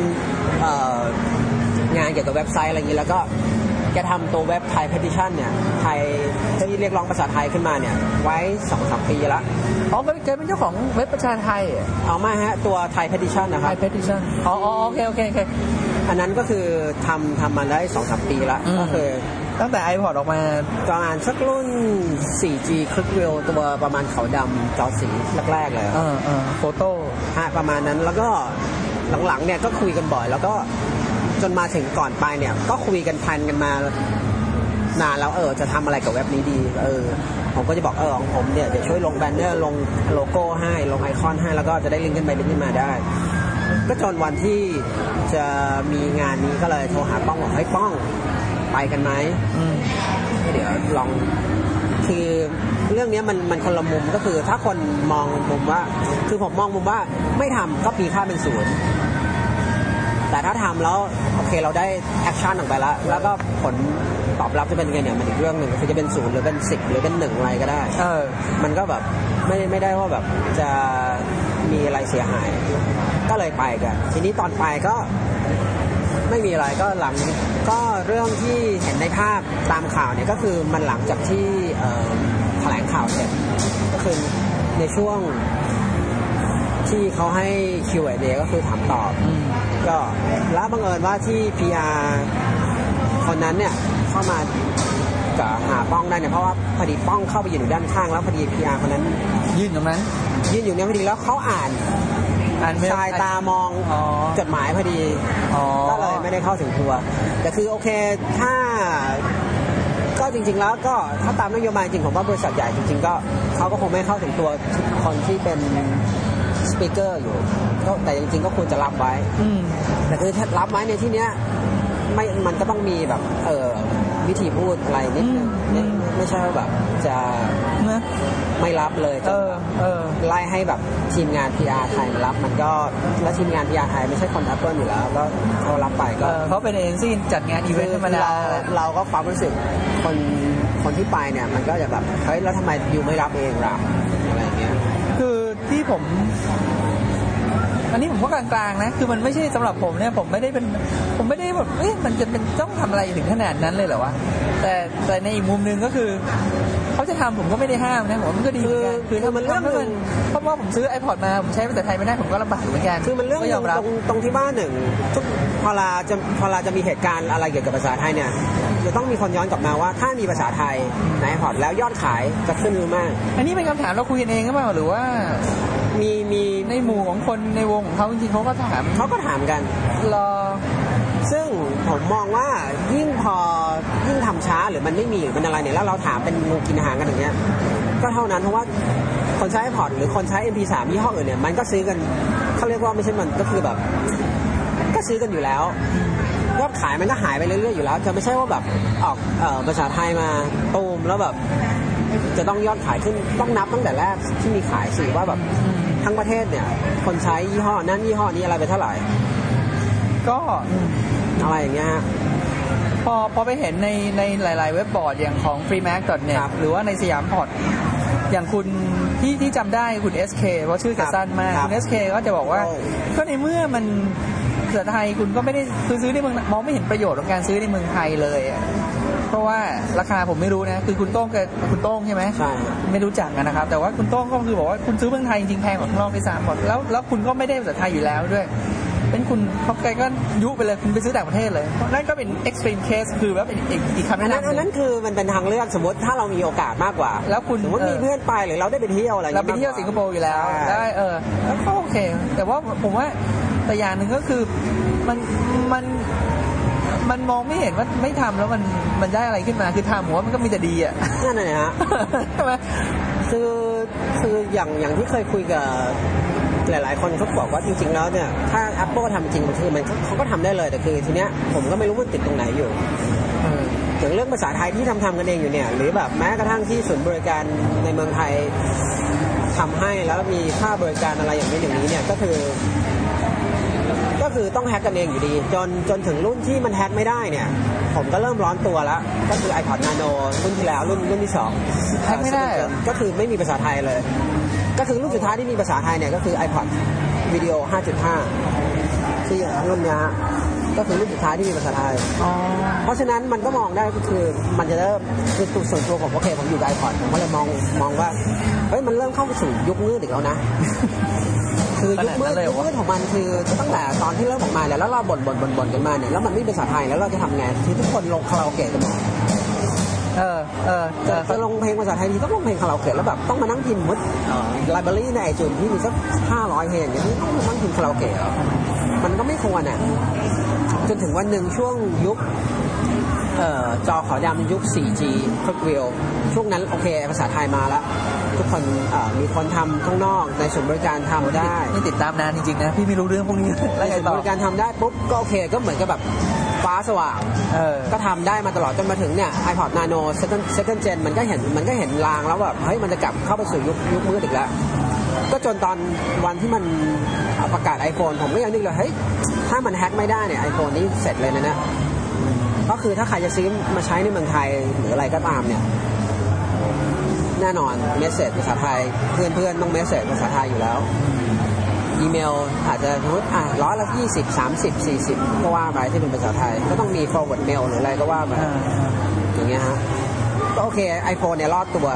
C: ำเอ่องานเกี่ยวกับเว็บไซต์อะไรอย่างนี้แล้วก็ แกทำตัวเว็บไทย petition เนี่ยไทยที่เรียกร้องภาษาไทยขึ้นมาเนี่ย ไว้สองสามปีละ
B: อ๋อแกเป็นเจ้าของเว็บประชาไทย
C: เอามาฮะ ตัวไทย petition นะ
B: ไท
C: ครับ
B: ยเพติชันอ๋ออ๋อโอเคโอเคโอเค
C: อันนั้นก็คือทำทำมาได้สองสามปีละ
B: อืม
C: ก็คือ
B: ตั้งแต่ iPod ออกมา
C: ประมาณสักรุ่น 4G คลิกเวลตัวประมาณขาวดำจอสีแรกๆเลยครับ
B: เออเออโฟโต้
C: ฮะประมาณนั้นแล้วก็หลังๆเนี่ยก็คุยกันบ่อย แล้วก็จนมาถึงก่อนไปเนี่ย ก็คุยกันแพลนกันมานานแล้วเออจะทำอะไรกับเว็บนี้ดี เออ ผมก็จะบอกเออของผมเนี่ยเดี๋ยวช่วยลงแบนเนอร์ลงโลโก้ให้ลงไอคอนให้ แล้วก็จะได้ลิงก์ขึ้นไปลิงก์ขึ้นมาได้ ก็จนวันที่จะมีงานนี้ก็เลยโทรหาป้องบอกเฮ้ยป้องไปกันไหม
B: อืม
C: เดี๋ยวลองคือเรื่องเนี้ยมันมันคนละมุมก็คือถ้าคนมองมุมว่า คือผมมองมุมว่าไม่ทำก็มีค่าเป็นศูนย์แต่ถ้าทำแล้วโอเคเราได้แอคชั่นออกไปแล้ว แล้วก็ผลตอบรับจะเป็นยังไงเนี่ยมันอีกเรื่องหนึ่งคือจะเป็นศูนย์หรือเป็นสิบหรือเป็นหนึ่งอะไรก็ได้
B: เออ
C: มันก็แบบไม่ไม่ได้ว่าแบบจะมีอะไรเสียหาย ก็เลยไปกัน ทีนี้ตอนไปก็ไม่มีอะไรก็หลังก็เรื่องที่เห็นในภาพตามข่าวเนี่ยก็คือมันหลังจากที่เอ่อแถลงข่าวเสร็จก็คือในช่วงที่เขาให้ Q&A ก็คือถามตอบ
B: อืม
C: ก็แล้วบังเอิญว่าที่ PR คนนั้นเนี่ยเข้ามากับหาป้องได้เนี่ยเพราะว่าพอดีป้องเข้าไปอยู่ด้านข้างแล้วพอดี PR คนนั้น
B: ยื่นตรงนั้น
C: ยืนอยู่เนี่ยพอดีแล้วเขาอ่าน
B: อ่านไม่
C: สายตามอง
B: อ๋อ
C: จดหมายพอดี
B: อ๋อ
C: ก็เลยไม่ได้เข้าถึงตัว แต่คือโอเคถ้าก็จริง ๆ แล้วก็ถ้าตามนโยบายจริงผมว่าบริษัทใหญ่จริง ๆ ก็เขาก็คงไม่เข้าถึงตัวทุกคนที่เป็นสปีกเกอร์อยู่ก็แต่จริงๆก็ควรจะรับไว้
B: อืม
C: แต่คือถ้ารับไว้ในที่เนี้ยไม่มันก็ต้องมีแบบเออวิธีพูดอะไรนิดนึง
B: อื
C: ไม่
B: ม
C: ไม่ใช่ว่าแบบจะ
B: นะ
C: ไม่รับเลยจ
B: เอน อ เออ
C: ไล่ให้แบบทีมงาน PR ไทยมารับมันก็แล้วทีมงาน PR ไทยไม่ใช่คน Apple อยู่แล้ว ก็เขารับไป
B: เอ
C: ก็
B: อเขาเป็นเอเจนซี่จัดงานอีเวนต์ธรรมดา
C: เราเราก็ความรู้สึกคนคนที่ไปเนี่ย มันก็จะแบบเฮ้ยแล้วทำไมอยู่ไม่รับเองล่ะอะไรอย่างเงี้ย
B: คือที่ผม อันนี้ผมว่ากลางๆนะ คือมันไม่ใช่สำหรับผมเนี่ย ผมไม่ได้เป็น ผมไม่ได้แบบเอ๊ะมันจะเป็นต้องทำอะไรถึงขนาดนั้นเลยเหรอวะ แต่แต่ในอีกมุมหนึ่งก็คือ เขาจะทำผมก็ไม่ได้ห้ามนะ ผมว่ามันก็ดีเหมือนกัน
C: คือคือมันเรื่องหนึ่ง
B: เพราะว่าผมซื้อ iPod มา ผมใช้ภาษาไทยไม่ได้ ผมก็ลำบากเหมือนกัน
C: คือมันเรื่อง
B: ก็ยอมรับ
C: ตรงตรงที่บ้านหนึ่งทุกพอเราจะพอเราจะมีเหตุการณ์อะไรเกี่ยวกับภาษาไทยเนี่ยจะต้องมีคนย้อนกลับมาว่าถ้ามีภาษาไทยในพอร์ตแล้วยอดขายจะขึ้นหรือไม่
B: อันนี้เป็นคำถามเราคุยกันเองหรือเปล่าหรือว่า
C: มีมี
B: ในหมู่ของคนในวงของเขาจริงๆเขาก็ถาม
C: เขาก็ถามกัน
B: รอ
C: ซึ่งผมมองว่ายิ่งพอยิ่งทำช้าหรือมันไม่มีหรือมันอะไรเนี่ยแล้วเราถามเป็นงูกินหางกันอย่างเงี้ยก็เท่านั้นเพราะว่าคนใช้พอร์ตหรือคนใช้ MP3 ยี่ห้ออื่นเนี่ยมันก็ซื้อกันเขาเรียกว่าไม่ใช่มันก็คือแบบ ก็ซื้อกันอยู่แล้วยอดขายมันก็หายไปเรื่อยๆอยู่แล้วจะไม่ใช่ว่าแบบออกเอ่อภาษาไทยมาตูมแล้วแบบจะต้องยอดขายขึ้นต้องนับตั้งแต่แรกที่มีขายสิว่าแบบทั้งประเทศเนี่ย คนใช้ยี่ห้อนั้นยี่ห้อนี้อะไรไปเท่าไหร่
B: ก็
C: อะไรอย่างเงี้ยฮะ
B: พอพอไปเห็นในในหลาย ๆ เว็บบอร์ดอย่างของ f r e e m a c n e
C: ครั
B: t
C: บ
B: หรือว่าในสยามพอร์ตอย่างคุณที่ที่จำได้คุณ SK เพราะชื่อแก
C: ครับ
B: สั้นมาก
C: ครับ
B: คุณ SK ก็จะบอกว่า
C: โอ้
B: ก็ในเมื่อมันภาษาไทยคุณก็ไม่ได้คือซื้อในเมืองมองไม่เห็นประโยชน์ของการซื้อในเมืองไทยเลยอะเพราะว่าราคาผมไม่รู้นะ คือคุณโต้งกับคุณโต้งใช่ไหม
C: ใช่
B: ไม่รู้จักอะนะครับ แต่ว่าคุณโต้งก็คือบอกว่าคุณซื้อเมืองไทยจริงๆแพงกว่าข้างนอกไปสามหมดแล้วแล้วคุณก็ไม่ได้ภาษาไทยอยู่แล้วด้วย เป็นคุณพอไกลก็ยุไปเลยคุณไปซื้อต่างประเทศเลยเพราะนั่นก็เป็น extreme case คือว่าเป็นอีกอีกคำ
C: อั
B: แนะ
C: นนั้น
B: นำห
C: อัน
B: นึ
C: นั้
B: ง
C: นคือมันเป็นทางเลือกสมมติถ้าเรามีโอกาสมากกว่า
B: แล้วคุณ
C: สมมติ
B: เออ
C: มีเพื่อนไปหรือเราได้ไปเที่ยวอะไรอย่
B: เรา
C: ย
B: ไปเที่ยว
C: มากก
B: สิงคโปร์อยู่แล้ว
C: ใช่
B: ได้เออแล้วก็โอเค แต่ว่าผมว่าแต่อย่างหนึ่งก็คือมันมันมันมองไม่เห็นว่าไม่ทำแล้วมันมันได้อะไรขึ้นมาคือทำผมว่ามันก็มีแต่ดีอ่ะ
C: นั่นน่ะนะฮะ
B: ใช่ไหม
C: คือคืออย่างอย่างที่เคยคุยกับหลาย ๆ คนเขาบอกว่าจริง ๆ แล้วเนี่ยถ้า Apple ทำจริงคือมันเขาก็ทำได้เลยแต่คือทีเนี้ยผมก็ไม่รู้มันติดตรงไหนอยู่อย่างเรื่องภาษาไทยที่ทำทำกันเองอยู่เนี่ยหรือแบบแม้กระทั่งที่ศูนย์บริการในเมืองไทยทำให้แล้วมีค่าบริการอะไรอย่างนี้นอย่างนี้เนี่ยก็คือ ก็คือต้องแฮกกันเองอยู่ดี จนจนถึงรุ่นที่มันแฮกไม่ได้เนี่ย ผมก็เริ่มร้อนตัวแล้ว ก็คือ iPod Nano รุ่นที่แล้วรุ่นรุ่นที่สอง
B: แฮ็กไม่ได้เหรอ
C: ก็คือไม่มีภาษาไทยเลย ก็คือรุ่นสุดท้ายที่มีภาษาไทยเนี่ยก็คือ iPod วิดีโอ 5.5 ที่อย่างรุ่นเนี้ย ก็คือรูปสุดท้ายที่มีภาษาไทย
B: อ๋อ
C: เพราะฉะนั้นมันก็มองได้ก็คือมันจะเริ่มคือตัวส่วนตัวผมโอเคผมอยู่ไดคอนผมก็เลยมองมองว่าเฮ้ยมันเริ่มเข้าสู่ยุคมืดอีกแล้วนะ คือยุคมื
B: ขนาดนั้น
C: ด
B: เลยเหรอ
C: ยุคมืดของมันคือตั้งแต่ตอนที่เริ่มออกมาเนี่ยแล้วเราบ่นบ่นบ่นบ่นกันมาเนี่ยแล้วมันไม่เป็นภาษาไทยแล้วเราจะทำไงคือทุกคนลงคาราโอเกะกันหมด
B: เออเออเอ
C: จะ
B: อ
C: จะลงเพลงภาษาไทยทีต้องลงเพลงคาราโอเกะแล้วแบบต้องมานั่งพิมพ์มุดไลบรารีในไอจูนที่มีสักห้าร้อยเพลงอย่างนี้ต้องมานั่งพิมพ์คาราโอเกะมันก็ไม่ควรอ่ะจนถึงวันหนึ่งช่วงยุค เอ่อจอขาวดำยุค 4G คลิกวิวช่วงนั้นโอเคภาษาไทยมาแล้ว ทุกคนเอ่อมีคนทำข้างนอกในศูนย์บริการทำได้
B: นี่ติดตามนานจริงๆนะพี่ไม่รู้เรื่องพวกนี้
C: ใน
B: แล้วไง
C: ศูนย์
B: ต่อบ
C: ริการทำได้ปุ๊บก็โอเคก็เหมือนกับแบบฟ้าสว่าง
B: เออ
C: ก็ทำได้มาตลอดจนมาถึงเนี่ย iPod Nano second second gen มันก็เห็นมันก็เห็นลางแล้วแบบเฮ้ยมันจะกลับเข้าไปสู่ยุคยุคมืดอีกแล้ว ก็จนตอนวันที่มันประกาศ iPhone ผมก็ยังนึกเลยเฮ้ยถ้ามันแฮ็กไม่ได้เนี่ย iPhone นี่เสร็จเลยนะเนี่ยก็คือถ้าใครจะซื้อมาใช้ในเมืองไทยหรืออะไรก็ตามเนี่ย แน่นอนเมสเซจภาษาไทย เพื่อนเพื่อนๆต้องเมสเซจภาษาไทยอยู่แล้ว อีเมลอาจจะสมมติอ่ะร้อยละยี่สิบสามสิบสี่สิบก็ว่าไปที่เป็นภาษาไทย ก็ต้องมี forward mail หรืออะไรก็ว่าไป อย่างเงี้ยฮะก็โอเค iPhone เนี่ยรอดตัว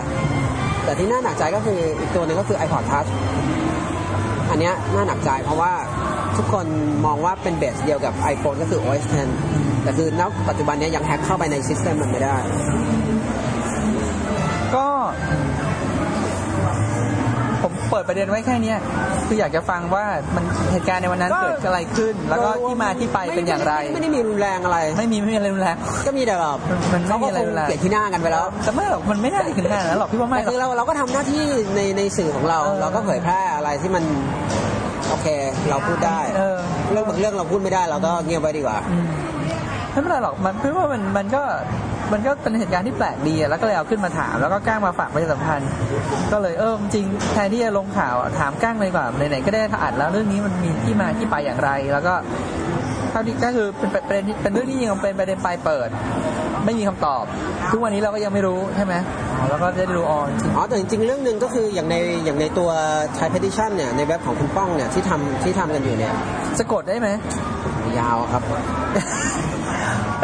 C: แต่ที่น่าหนักใจก็คืออีกตัวหนึ่งก็คือ iPod Touch อันเนี้ยน่าหนักใจเพราะว่าทุกคนมองว่าเป็นเบสเดียวกับ iPhone ก็คือ OS X แต่คือณปัจจุบันเนี้ยยังแฮ็กเข้าไปในซิสเต็มมันไม่ได้
B: ก็ ผมเปิดประเด็นไว้แค่เนี้ยคืออยากจะฟังว่ามันเหตุการณ์ในวันนั้น
C: ก็
B: เกิดอะไรขึ้น แล้วก็ที่มาที่ไปเป็นอย่างไร
C: ม่ด้ม่ด้ไม่ได้มีรุนแรงอะไร
B: ไม่มีไม่มีอะไรรุนแรง
C: ก็มีแต่แบบ
B: มันไม่
C: เขา
B: มี
C: ก็
B: อะไร
C: คง
B: รุนแรง
C: เกลียดที่หน้ากันไปแล้ว
B: แต่ไม่หรอกมันไม่น่าจะถึงขนาดนั้นหรอกพี่ว่าไม่หรอ
C: แต่คือก เราเราก็ทำหน้าที่ในในสื่อของเรา
B: เออ
C: เราก็เผยแพร่อะไรที่มันโอเค เราพูดได้
B: เออ
C: เรื่องบางเรื่องเราพูดไม่ได้เราก็เงียบไว้ดีกว่า
B: อืมไม่เป็นไรหรอกมันพี่ว่ามันมันก็มันก็เป็นเหตุการณ์ที่แปลกดีอะแล้วก็เลยเอาขึ้นมาถาม แล้วก็ก้างมาฝากประชาสัมพันธ์ ก็เลยเออจริงแทนที่จะลงข่าวอะถามก้างเลยดีกว่าไหนๆก็ได้อัดแล้วเรื่องนี้มันมีที่มาที่ไปอย่างไร แล้วก็เท่าที่ก็คือเป็นประเด็นที่เป็นเรื่องที่ยังเป็นประเด็นปลายเปิด ไม่มีคำตอบ ทุกวันนี้เราก็ยังไม่รู้ใช่ไหมอ๋อแล้วก็จะได้รู้ออนจริง
C: อ๋อแต่จริงๆ เรื่องหนึ่งก็คืออย่างในอย่างในตัว Thai Petition เนี่ยในเว็บของคุณป้องเนี่ยที่ทำที่ทำกันอยู่เนี่ย
B: สะกดได้ไหม
C: ยาวครับ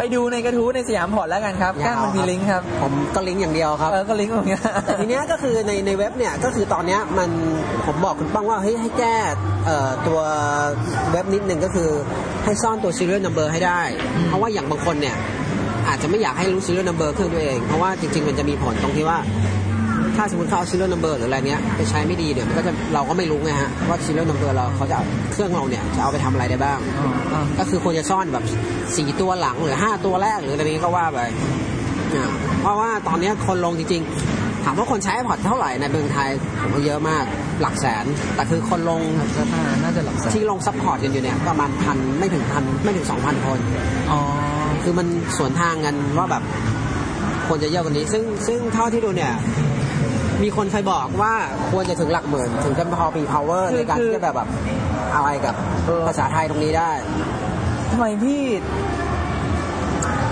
B: ไปดูในกระทู้ในสยามพอร์ตแล้วกันครับก้างมันมีลิงก์ครับ
C: ผมก็ลิงก์อย่างเดียวครับ
B: เออก็ลิงก์ตรงเนี้ย
C: แต่ทีเนี้ยก็คือในในเว็บเนี่ยก็คือตอนเนี้ยมันผมบอกคุณป้องว่าเฮ้ยให้แก้เอ่อตัวเว็บนิดนึงก็คือให้ซ่อนตัว serial number ให้ได้ เพราะว่าอย่างบางคนเนี่ยอาจจะไม่อยากให้รู้ serial number เครื่องตัวเอง เพราะว่าจริง ๆ มันจะมีผลตรงที่ว่า ถ้าสมมติเขาเอา serial number หรืออะไรเนี้ยไปใช้ไม่ดีเนี่ยมันก็จะเราก็ไม่รู้ไงฮะว่า serial number เราเขาจะเอาเครื่องเราเนี่ยจะเอาไปทำอะไรได้บ้าง
B: อ่า
C: ก็คือควรจะซ่อนแบบสี่ตัวหลังหรือห้าตัวแรกหรืออะไรนี้ก็ว่าไปอ่าเพราะว่าตอนนี้คนลงจริงๆ ถามว่าคนใช้ iPod เท่าไหร่ในเมืองไทยผมว่าเยอะมากหลักแสน แต่คือคนลง
B: ราคาน่าจะหลักแสน
C: ที่ลงซัพพอร์ตกันอยู่เนี่ยประมาณพันไม่ถึงพันไม่ถึงสองพันคน
B: อ๋อ
C: คือมันสวนทางกันว่าแบบควรจะเยอะกว่านี้ ซึ่งซึ่งเท่าที่ดูเนี่ย มีคนเคยบอกว่าควรจะถึงหลักหมื่น ถึงจะพอมี power
B: คือ
C: ในการ
B: คื
C: ที่
B: อ
C: จะแบบแบบอะไรกับ
B: เออ
C: ภาษาไทยตรงนี้ได้
B: ทำไมพี่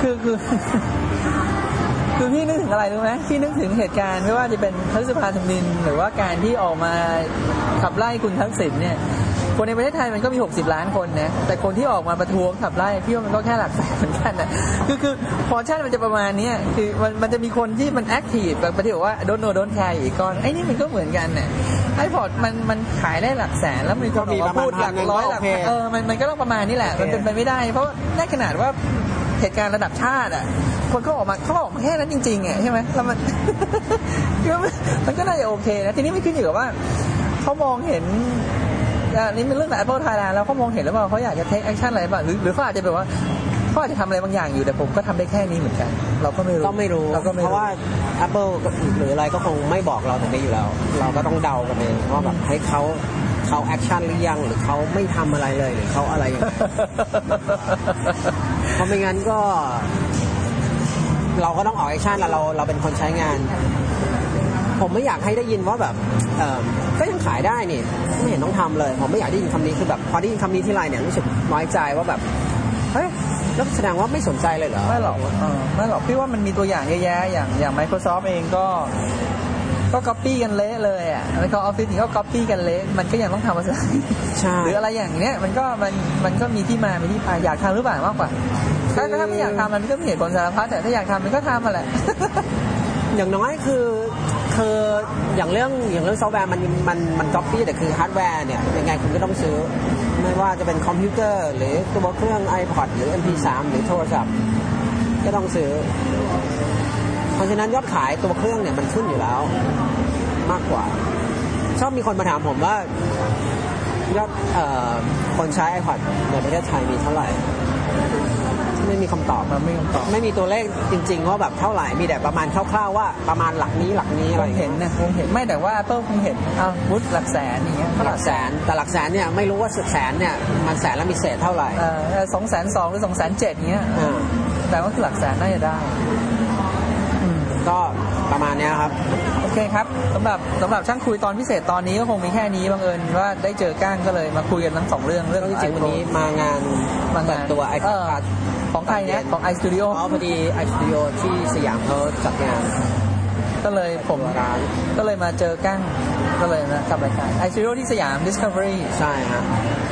B: คือคือ คือพี่นึกถึงอะไรรู้ไหมพี่นึกถึงเหตุการณ์ไม่ว่าจะเป็นพฤษภาธมิน หรือว่าการที่ออกมาขับไล่คุณทักษิณเนี่ย คนในประเทศไทยมันก็มี 60 ล้านคนนะแต่คนที่ออกมาประท้วงขับไล่พี่ว่ามันก็แค่หลักแสนเหมือนกันนะคือคือพอชั่นมันจะประมาณเนี้ยคือมันมันจะมีคนที่มันแอคทีฟแบบประเทศบอกว่าโดนโนโดนแคร์อีกก้อนไอ้นี่มันก็เหมือนกันเนี่ยไอพอร์ตมันมันขายได้หลักแสนแล้วมีคนออกมาพูดหลักร้อยหลักพันเออ มันมันก็ต้องประมาณนี้แหละ
C: โอเค
B: มันเป็นไปไม่ได้ เพราะในขนาดว่าเหตุการณ์ระดับชาติอ่ะ คนก็ออกมาเขาออกมาแค่นั้นจริงๆอ่ะใช่ไหมแล้วมัน มันก็น่าจะโอเคนะ ทีนี้ไม่ขึ้นอยู่กับว่าเขามองเห็นอ่านี่เป็นเรื่องของ Apple Thailand แล้วเขามองเห็นแล้วว่าเขาอยากจะ take action อะไรบ้างหรือหรือเขาอาจจะแบบว่าเขาอาจจะทำอะไรบางอย่างอยู่แต่ผมก็ทำได้แค่นี้เหมือนกัน เราก็ไม่รู้
C: ก็ไม่รู้
B: เราก็ไม่
C: เพ
B: รู้
C: ราะว่า Apple ก็หรืออะไรก็คงไม่บอกเราตรงนี้อยู่แล้ว เราก็ต้องเดากันเองว่าแบบให้เขาเขาแอคชั่นหรือยัง หรือเขาไม่ทำอะไรเลยหรือเขาอะไร อย่างเงี้ยเพราะไม่งั้นก็ เราก็ต้องออกแอคชั่นแล้วเราเราเป็นคนใช้งาน ผมไม่อยากให้ได้ยินว่าแบบเอ่อก็ยังขายได้นี่ไม่เห็นต้องทำเลย ผมไม่อยากได้ยินคำนี้คือแบบพอได้ยินคำนี้ที่ไรเนี่ยรู้สึกน้อยใจว่าแบบเฮ้ยแล้วแสดงว่าไม่สนใจเลยเหรอ
B: ไม่หรอกเออไม่หรอกพี่ว่ามันมีตัวอย่างเยอะแยะอย่างอย่าง Microsoft เองก็ ก็ก๊อปปี้กันเละเลยอ่ะแล้วก็ออฟฟิศนี่ก็ก๊อปปี้กันเละมันก็ยังต้องทำภาษา
C: ใช่
B: หรืออะไรอย่างเนี้ยมันก็มันมันก็มีที่มามีที่ไปอยากทำหรือเปล่ามากกว่าถ้าถ้าไม่อยากทำมันก็มีเหตุผลสารพัดแต่ถ้าอยากทำมันก็ทำมาแหละ
C: อย่างน้อยคือคืออย่างเรื่องอย่างเรื่องซอฟต์แวร์มันมันมันก๊อปปี้แต่คือฮาร์ดแวร์เนี่ยยังไงคุณก็ต้องซื้อ ไม่ว่าจะเป็นคอมพิวเตอร์ หรือตัวเครื่อง iPod หรือ MP3 หรือโทรศัพท์ก็ต้องซื้อ เพราะฉะนั้นยอดขายตัวเครื่องเนี่ยมันขึ้นอยู่แล้วมากกว่า ชอบมีคนมาถามผมว่ายอดเอ่อคนใช้ iPod ในประเทศไทยมีเท่าไหร่ ไม่มีคำตอบ
B: มันไม่มีคำตอบ
C: ไม่มีตัวเลขจริงๆว่าแบบเท่าไหร่ มีแต่ประมาณคร่าวๆว่าประมาณหลักนี้หลักนี้
B: ค
C: อะไรอง ย่าง
B: เห็
C: เงี้
B: น
C: ย
B: นะคงเห็นไม่แต่ว่าเปิ้ลคงเห็นอ้าววุฒิหลักแสนอย่างเงี้ย
C: หลักแสนแต่หลักแสนเนี่ยไม่รู้ว่าสุดแสนเนี่ยมันแสนแล้วมีเศษเท่าไหร่
B: เออสองแสนสองหรือสองแสนเจ็ดเงี้ยเออ
C: อ่า
B: แต่ว่าคือหลักแสนน่าจะได้อืม
C: ก็ประมาณเนี้ยครับ
B: โอเคครับสำหรับสำหรับช่างคุยตอนพิเศษตอนนี้ก็คงมีแค่นี้บังเอิญว่าได้เจอก้างก็เลยมาคุยกันทั้งสองเรื่องเรื่อง
C: ก็จริงๆวันนี้มางาน
B: บาง
C: เปิ
B: งา
C: ด
B: น
C: ตัวไอค
B: เ
C: อนพาร์
B: ของใครนะของไอสตูดิโอ
C: อ๋อพอดีไอสตูดิโอที่สยามเขาจัดงาน
B: ก็เลยผม
C: ตัวร้าน
B: ก็เลยมาเจอก้างก็เลยนะกับรายการไอสตูดิโอที่สยาม Discovery
C: ใช่ฮะ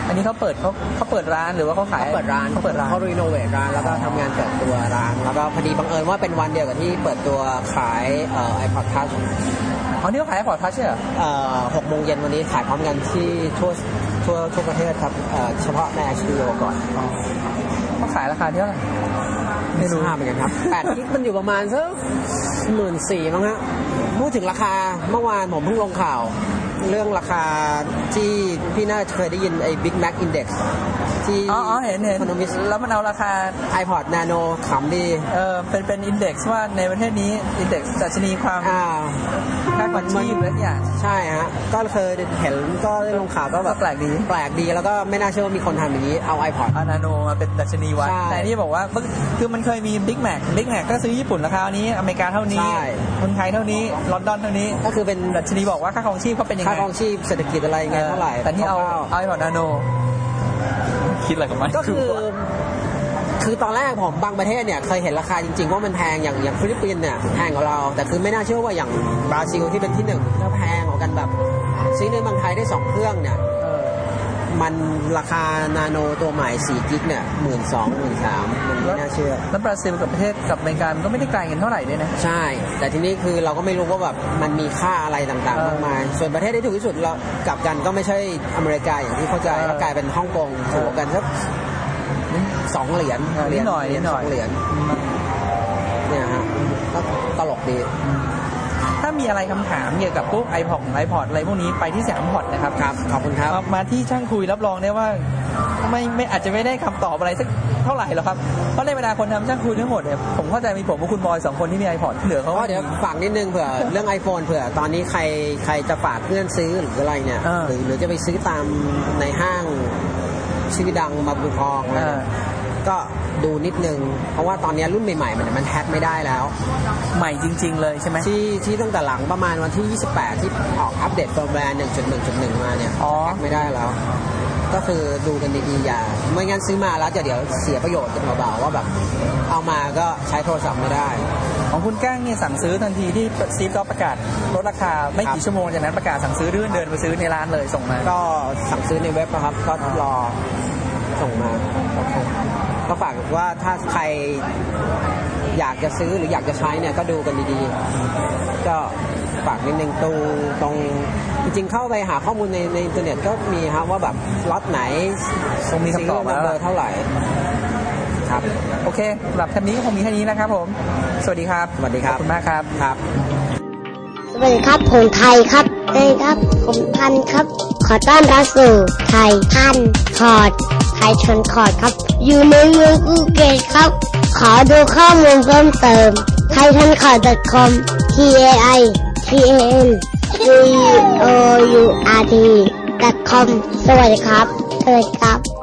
B: อันนี้เขาเปิดเขาเขาเปิดร้านหรือว่าเขาขาย
C: เขาเปิดร้าน
B: เขาเปิดร้าน
C: เขารีโนเวทร้านแล้วก็ทำงานเปิดตัวร้าน แล้วก็พอดีบังเอิญว่าเป็นวันเดียวกับที่เปิดตัวขายไอพอดทัช
B: อ๋อนี่เขาขายพอร์ตทัชเหรอ
C: เอ่อหกโมงเย็นวันนี้ขายพร้อมกันที่ทั่วทั่วทั่วประเทศครับเอ่อเฉพาะในสตูดิโอก่อน
B: เขาขายราคาเท่าไหร่ ไม่
C: ไม่
B: รู้
C: รู้เหมือนกันครับแปดกิกมันอยู่ประมาณสักหมื่นสี่มั้งฮะพูดถึงราคาเมื่อวานผมเพิ่งลงข่าว เรื่องราคาที่พี่น่าเคยได้ยินไอ้ Big Mac Index ที่
B: อ๋ออ๋อเห็นเห็น
C: พนมิส
B: แล้วมันเอาราคา
C: iPod Nano ขำดี
B: เออเป็นเป็นอินเด็กซ์ว่าในประเทศนี้อินเด็กซ์ดัชนีความ
C: อ่า
B: ค่าครองชีพและอย่าง
C: ใช่ฮะ ก็เคยเห็นก็ได้ลงข่าวก็แบบ
B: ก็แปลกดี
C: แปลกดีแล้วก็ไม่น่าเชื่อว่ามีคนทำอย่างนี้เอา iPod
B: เอานาโนมาเป็นดัชนีวัด
C: ใช่
B: แต่นี่บอกว่าเพิ่งคือมันเคยมีบิ๊กแมกบิ๊กแมกก็ซื้อญี่ปุ่นราคานี้ อเมริกาเท่านี้
C: ใช่
B: คนไทยเท่านี้ ลอนดอนเท่านี้
C: ก็คือเป็น
B: ดัชนีบอกว่าค่าครองชีพเขาเป็นยังไง
C: ค่าครองชีพเศรษฐกิจอะไรไงเท่าไหร่
B: แต่นี่เอา
C: คร่วๆ
B: เอาไอพอร์ตนาโน คิดอะไรกับมัน
C: ก็คือ คือตอนแรกผมบางประเทศเนี่ยเคยเห็นราคาจริงๆ ว่ามันแพงอย่างอย่างฟิลิปปินส์เนี่ยแพงกว่าเรา แต่คือไม่น่าเชื่อว่าอย่างบราซิลที่เป็นที่หนึ่งแล้วแพงกว่ากันแบบซื้อในเมืองไทยได้สองเครื่องเนี่ย
B: เออ
C: มันราคานาโนตัวใหม่4กิกเนี่ยหมื่นสองหมื่นสามมันไม่น่าเชื่อ
B: แล้วบราซิลกับประเทศกับอเมริกามันก็ไม่ได้ไกลกันเท่าไหร่ด้วยนะ
C: ใช่ แต่ทีนี้คือเราก็ไม่รู้ว่าแบบมันมีค่าอะไรต่างๆ มากมาย ส่วนประเทศที่ถูกที่สุดเรากลับกันก็ไม่ใช่อเมริกาอย่างที่เข้าใจ
B: เออ
C: แล้วกลายเป็นฮ่องกงถูกกันสักสองเหรียญ
B: เออ
C: เหรีญ
B: นิดหน่อย
C: เหรีญ
B: นิดหน่
C: ส
B: อย
C: องเหรียญเนี่ยฮะก็ตลกดี
B: ถ้ามีอะไรคำถามเกี่ยวกับพวก i p o d iPod อะไรพวกนี้ไปที่สยามพอดนะครับ
C: ครับ ขอบคุณครับ
B: มามาที่ช่างคุยรับรองได้ว่าไม่ไม่อาจจะไม่ได้คำตอบอะไรสักเท่าไหร่หรอกครับ เพราะในบรรดาคนทำช่างคุยทั้งหมดเนี่ยผมเข้าใจมีผมกับคุณบอยสองคนที่มี iPod เหลือเขา
C: เพราะ
B: ว่า
C: ว่าเดี๋
B: เดี๋
C: ย
B: ยว ว
C: ฝากนิดนึงเผื่อ เรื่อง iPhone เผื่อตอนนี้ใครใครจะฝากเพื่อนซื้อหรืออะไรเนี่ย
B: เออ
C: หรือหรือจะไปซื้อตามในห้างชื่อดังมาบุญทองอะไร
B: เอ
C: เนี่
B: อ
C: ยก็ดูนิดนึง เพราะว่าตอนนี้รุ่นใหม่ๆ มันมันแฮกไม่ได้แล้ว
B: ใหม่จริง ๆ เลยใช่ไหม
C: ที่ที่ตั้งแต่หลังประมาณวันที่ 28 ที่ออกอัปเดตเฟิร์มแวร์1.1.1 มาเนี่ย
B: อ๋อ
C: แฮกไม่ได้แล้ว ก็คือดูกันดีๆอย่าไม่งั้นซื้อมาแล้วจะเดี๋ยวเสียประโยชน์กันเบาๆว่าแบบ เอามาก็ใช้โทรศัพท์ไม่ได้
B: ของคุณก้างเนี่ยสั่งซื้อทันทีที่ซีฟก็ประกาศลดราคาไม่
C: ครั
B: กี่
C: บ
B: ชั่วโมงจากนั้นประกาศสั่งซื้อเดินเดินไปซื้อในร้านเลยส่งมา
C: ก็สั่งซื้อในเว็บนะครับ ก็รอส่งมาก็ฝากว่าถ้าใครอยากจะซื้อหรืออยากจะใช้เนี่ยก็ดูกันดีๆ ก็ฝากนิดนึงตรงตรงจริงๆเข้าไปหาข้อมูลในในอินเทอร์เน็ตก็มีครับว่าแบบล็อตไหน
B: คงมีคำตอบมา
C: เบ
B: แล้
C: อ
B: ว
C: ร์เท่าไหร่ครับ
B: โอเคสำหรับท่านนี้ก็คงมีแค่นี้นะครับผม สวัสดีครับ
C: สวัสดีครั
B: ข
C: บ
B: อบคุณมากครับ
C: ครับ
D: สวัสดีครับ ผมไทยครับเอ้ยครับ ผมพันธุ์ครับ ขอต้อนรับสู่ไทยพันธุ์คอร์ดไทยชนคอร์ดครับ อยู่ในเมืองอูเกตครับ ขอดูข้อมูลเพิ่มเติมไทยพันคอร์ด .com t a i t a n c o u r t .com สวัสดีครับสวัสดีครับ